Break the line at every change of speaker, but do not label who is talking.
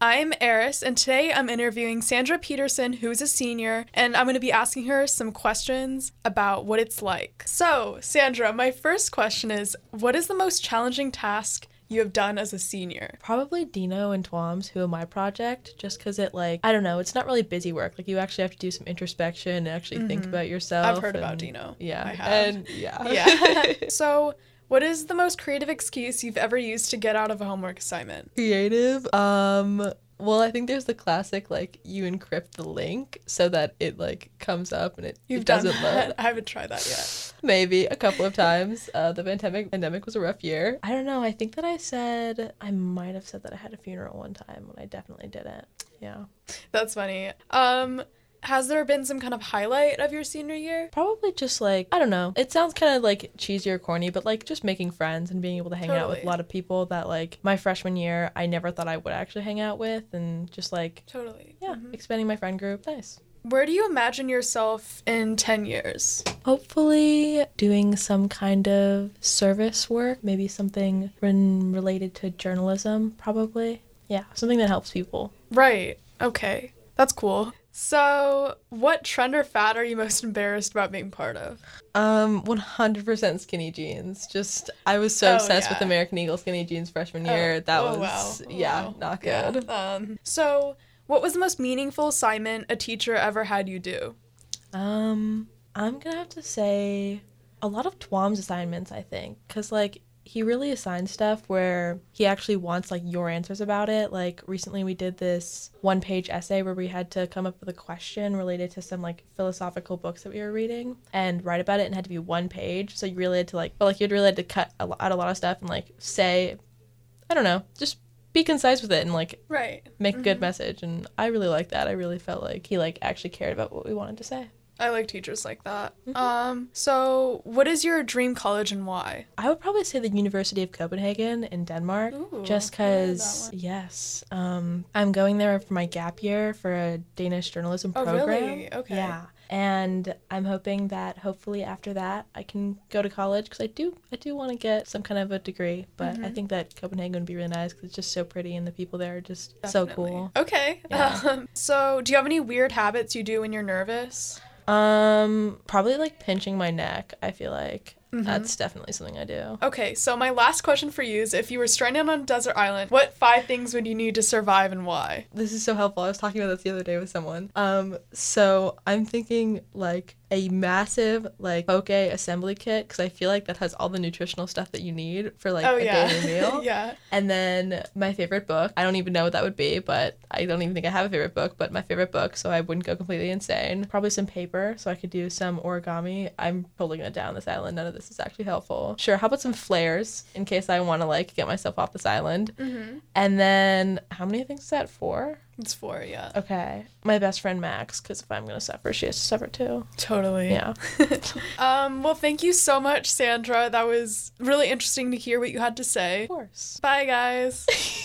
I'm Eris, and today I'm interviewing Sandra Peterson, who's a senior, and I'm going to be asking her some questions about what it's like. So, Sandra, my first question is What is the most challenging task you have done as a senior?
Probably Dino and Twom's Who Am I project, just because it, like, I don't know, it's not really busy work. Like, you actually have to do some introspection and actually think about yourself.
Mm-hmm. I've heard about
and-
Dino.
Yeah.
I have.
And yeah.
Yeah. so, what is the most creative excuse you've ever used to get out of a homework assignment?
Creative. Um, well, I think there's the classic, like, you encrypt the link so that it, like, comes up and it,
You've
it
done
doesn't
that.
load.
I haven't tried that yet.
Maybe a couple of times. Uh, the pandemic pandemic was a rough year. I don't know. I think that I said I might have said that I had a funeral one time when I definitely didn't. Yeah.
That's funny. Um, has there been some kind of highlight of your senior year?
Probably just like I don't know. It sounds kind of like cheesy or corny, but like just making friends and being able to hang out with
Totally.
a lot of people that like my freshman year I never thought I would actually hang out with, and just like
Totally.
yeah, expanding my friend group. Nice.
Where do you imagine yourself in 10 years?
Hopefully, doing some kind of service work, maybe something rel- related to journalism, probably. Yeah, something that helps people.
Right. Okay. That's cool. So, what trend or fad are you most embarrassed about being part of?
Um, 100% skinny jeans. Just, I was so
Oh,
obsessed with
yeah.
American Eagle skinny jeans freshman
Oh,
year. that
oh,
was,
wow.
yeah,
Wow.
not
Yeah.
good.
Um, so, what was the most meaningful assignment a teacher ever had you do?
Um, I'm gonna have to say a lot of Twom's assignments, I think, because like he really assigns stuff where he actually wants like your answers about it. Like recently, we did this one page essay where we had to come up with a question related to some like philosophical books that we were reading and write about it, and it had to be one page. So you really had to like, but like you'd really had to cut a lo- out a lot of stuff and like say, I don't know, just be concise with it and like
Right.
make a good message. And I really liked that. I really felt like he like actually cared about what we wanted to say.
I like teachers like that.
Mm-hmm.
Um, so, what is your dream college and why?
I would probably say the University of Copenhagen in Denmark,
Ooh,
just
I heard of that
because, yes, um, I'm going there for my gap year for a Danish journalism
Oh,
program.
really? Okay.
Yeah. And I'm hoping that hopefully after that I can go to college because I do I do want to get some kind of a degree, but
Mm-hmm.
I think that Copenhagen would be really nice because it's just so pretty and the people there are just so
Definitely.
cool.
Okay.
Yeah.
Um, so, do you have any weird habits you do when you're nervous?
Um, probably like pinching my neck. I feel like
Mm-hmm.
that's definitely something I do.
Okay, so my last question for you is if you were stranded on a desert island, what five things would you need to survive and why?
this is so helpful. I was talking about this the other day with someone. Um, so I'm thinking like a massive like poke assembly kit because I feel like that has all the nutritional stuff that you need for like
oh
a
yeah.
daily meal.
yeah.
And then my favorite book. I don't even know what that would be, but I don't even think I have a favorite book. But my favorite book, so I wouldn't go completely insane. Probably some paper, so I could do some origami. I'm totally gonna down this island. None of this is actually helpful. Sure. How about some flares in case I want to like get myself off this island?
Mhm.
And then how many things is that? Four.
It's four, yeah.
Okay. My best friend Max, because if I'm gonna suffer, she has to suffer too.
Totally.
Yeah.
Um, well, thank you so much, Sandra. That was really interesting to hear what you had to say.
course.
Bye, guys.